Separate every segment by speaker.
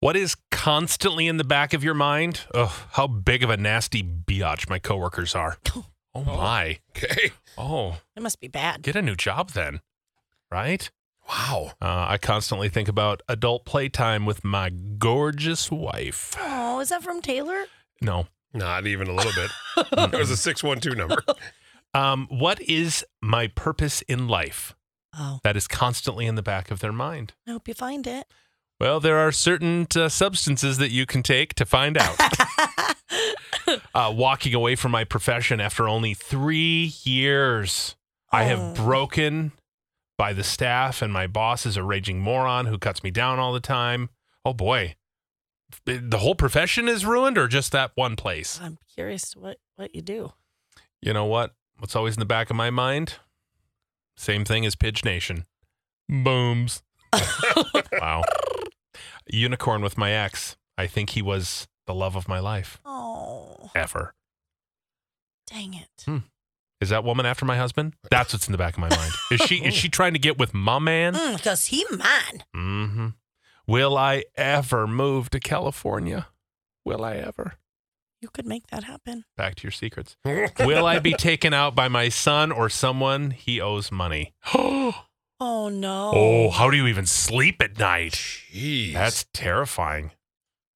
Speaker 1: What is constantly in the back of your mind? Ugh, how big of a nasty biatch my coworkers are.
Speaker 2: Oh.
Speaker 1: Oh my.
Speaker 3: Okay.
Speaker 1: Oh,
Speaker 2: It must be bad.
Speaker 1: get a new job then. Right?
Speaker 3: Wow.
Speaker 1: Uh, I constantly think about adult playtime with my gorgeous wife.
Speaker 2: Oh, is that from Taylor?
Speaker 1: No.
Speaker 3: Not even a little bit. It was a 612 number.
Speaker 1: Um, what is my purpose in life?
Speaker 2: Oh,
Speaker 1: That is constantly in the back of their mind.
Speaker 2: I hope you find it.
Speaker 1: Well, there are certain uh, substances that you can take to find out. uh, walking away from my profession after only three years. I
Speaker 2: Oh.
Speaker 1: have broken by the staff, and my boss is a raging moron who cuts me down all the time. Oh boy. The whole profession is ruined, or just that one place?
Speaker 2: I'm curious to what what you do.
Speaker 1: You know what? What's always in the back of my mind? Same thing as Pidge Nation. Booms. wow. Unicorn with my ex. I think he was the love of my life
Speaker 2: Oh,
Speaker 1: ever.
Speaker 2: dang
Speaker 1: Mm.
Speaker 2: it.
Speaker 1: Is that woman after my husband? That's what's in the back of my mind. Is she is she trying to get with my man?
Speaker 2: Because Mm, he mine.
Speaker 1: Mm-hmm. Will I ever move to California? Will I ever?
Speaker 2: You could make that happen.
Speaker 1: Back to your secrets. Will I be taken out by my son or someone he owes money?
Speaker 2: Oh no.
Speaker 1: Oh, how do you even sleep at night?
Speaker 3: Jeez.
Speaker 1: That's terrifying.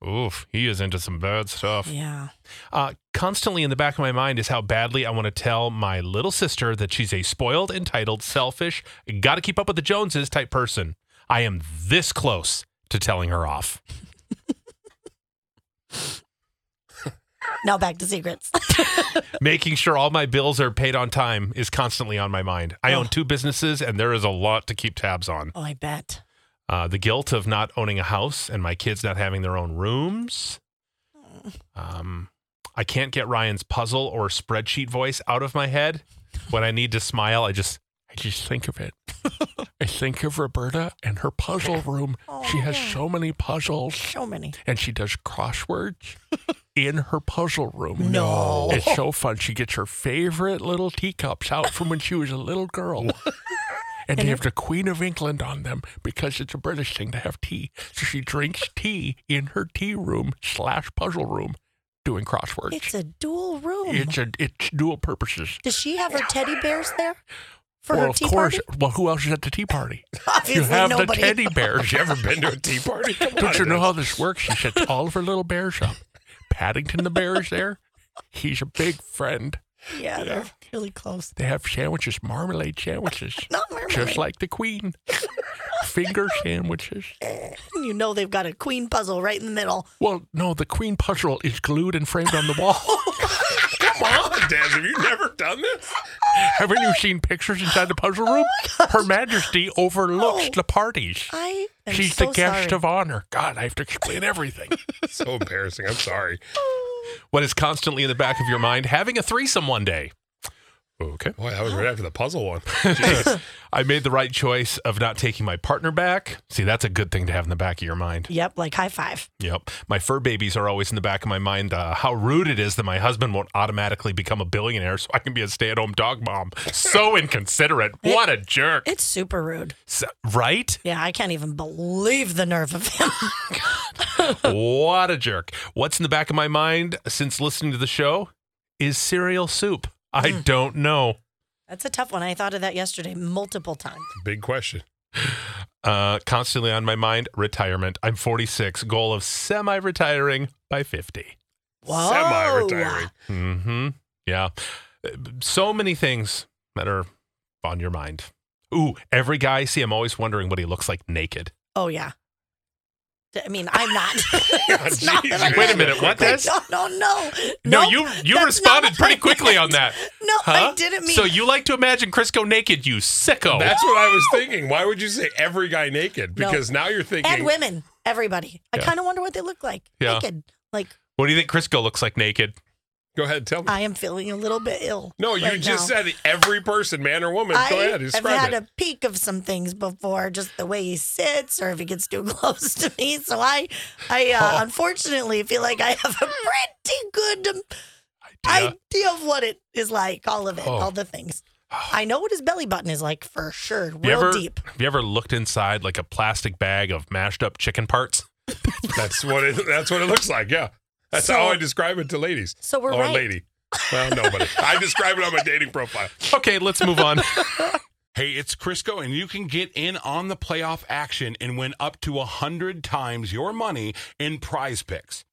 Speaker 1: Oof, he is into some bad stuff.
Speaker 2: Yeah.
Speaker 1: Uh, constantly in the back of my mind is how badly I want to tell my little sister that she's a spoiled, entitled, selfish, gotta keep up with the Joneses type person. I am this close to telling her off.
Speaker 2: Now back to secrets.
Speaker 1: Making sure all my bills are paid on time is constantly on my mind. I own
Speaker 2: Ugh.
Speaker 1: two businesses and there is a lot to keep tabs on.
Speaker 2: oh, I bet.
Speaker 1: Uh, the guilt of not owning a house and my kids not having their own rooms. Um, I can't get Ryan's puzzle or spreadsheet voice out of my head. When I need to smile, I just I just think of it. I think of Roberta and her puzzle room. she has so many puzzles
Speaker 2: So many.
Speaker 1: and she does crosswords in her puzzle room.
Speaker 2: No.
Speaker 1: It's so fun. She gets her favorite little teacups out from when she was a little girl. And they have the Queen of England on them because it's a British thing to have tea. So she drinks tea in her tea room slash puzzle room doing crosswords.
Speaker 2: It's a dual room.
Speaker 1: it's, a, it's dual purposes.
Speaker 2: Does she have her teddy bears there for
Speaker 1: well,
Speaker 2: her
Speaker 1: of
Speaker 2: tea
Speaker 1: course.
Speaker 2: party?
Speaker 1: Well, who else is at the tea party?
Speaker 2: Obviously
Speaker 1: you have
Speaker 2: nobody.
Speaker 1: the teddy bears.
Speaker 3: You ever been to a tea party? Come on,
Speaker 1: Don't you know
Speaker 3: dude.
Speaker 1: how this works? She sets all of her little bears up. Paddington the bear is there. He's a big friend.
Speaker 2: Yeah, they're really close.
Speaker 1: They have sandwiches, marmalade sandwiches,
Speaker 2: Not mermaid.
Speaker 1: just like the queen. Finger sandwiches.
Speaker 2: you know they've got a queen puzzle right in the middle.
Speaker 1: Well, no, the queen puzzle is glued and framed on the wall.
Speaker 3: Come on, Dad. Have you never done this?
Speaker 1: Haven't you seen pictures inside the puzzle room? Her Majesty overlooks
Speaker 2: Oh.
Speaker 1: the parties.
Speaker 2: I am
Speaker 1: She's
Speaker 2: so
Speaker 1: the guest
Speaker 2: sorry.
Speaker 1: of honor. God, I have to explain everything.
Speaker 3: So embarrassing. I'm sorry.
Speaker 1: what is constantly in the back of your mind? Having a threesome one day. Okay.
Speaker 3: Boy, that was right after the puzzle one.
Speaker 1: I made the right choice of not taking my partner back. See, that's a good thing to have in the back of your mind.
Speaker 2: Yep, like high five.
Speaker 1: Yep. My fur babies are always in the back of my mind. Uh, how rude it is that my husband won't automatically become a billionaire so I can be a stay at home dog mom. So inconsiderate. What a jerk.
Speaker 2: It's super rude.
Speaker 1: S- Right?
Speaker 2: Yeah, I can't even believe the nerve of him.
Speaker 1: What a jerk. What's in the back of my mind since listening to the show is cereal soup. I don't know.
Speaker 2: That's a tough one. I thought of that yesterday multiple times.
Speaker 3: Big question.
Speaker 1: Uh, constantly on my mind, retirement. I'm 46, goal of semi retiring by 50.
Speaker 2: Whoa.
Speaker 3: Semi-retiring.
Speaker 1: hmm Yeah. Uh, So many things that are on your mind. Ooh, every guy I see, I'm always wondering what he looks like naked.
Speaker 2: Oh yeah. D- I mean, I'm not. It's not
Speaker 3: geez.
Speaker 2: that I'm-
Speaker 1: Wait a minute, what,
Speaker 2: I
Speaker 1: Des?
Speaker 2: don't, don't know.
Speaker 1: No,
Speaker 2: Nope,
Speaker 1: you you
Speaker 2: that's
Speaker 1: responded
Speaker 2: not
Speaker 1: pretty
Speaker 2: what I
Speaker 1: quickly on that.
Speaker 2: meant. No,
Speaker 1: Huh?
Speaker 2: I didn't mean.
Speaker 1: So you like to imagine Crisco naked, you sicko.
Speaker 3: That's what I was thinking. Why would you say every guy naked?
Speaker 2: No.
Speaker 3: Because now you're thinking
Speaker 2: and women. Everybody. I
Speaker 1: Yeah.
Speaker 2: kind of wonder what they look like.
Speaker 1: Yeah.
Speaker 2: Naked. Like
Speaker 1: What do you think Crisco looks like naked?
Speaker 3: Go ahead, tell me.
Speaker 2: I am feeling a little bit ill.
Speaker 3: no, you
Speaker 2: right
Speaker 3: just
Speaker 2: now.
Speaker 3: said every person, man or woman. Go
Speaker 2: I
Speaker 3: ahead,
Speaker 2: have had
Speaker 3: describe it.
Speaker 2: a peek of some things before, just the way he sits, or if he gets too close to me. So I, I uh,
Speaker 1: Oh.
Speaker 2: unfortunately feel like I have a
Speaker 3: Hmm.
Speaker 2: pretty good um,
Speaker 1: Idea.
Speaker 2: idea of what it is like. All of it,
Speaker 1: Oh.
Speaker 2: all the things. I know what his belly button is like for sure.
Speaker 1: you
Speaker 2: Real
Speaker 1: ever
Speaker 2: deep.
Speaker 1: have you ever looked inside like a plastic bag of mashed up chicken parts?
Speaker 3: That's what it. That's what it looks like. Yeah, that's
Speaker 2: So-
Speaker 3: how I describe it to ladies
Speaker 2: So we're
Speaker 3: or
Speaker 2: right.
Speaker 3: lady. Well, nobody. I describe it on my dating profile.
Speaker 1: Okay, let's move on.
Speaker 4: Hey, it's Crisco, and you can get in on the playoff action and win up to 100 times your money in prize picks.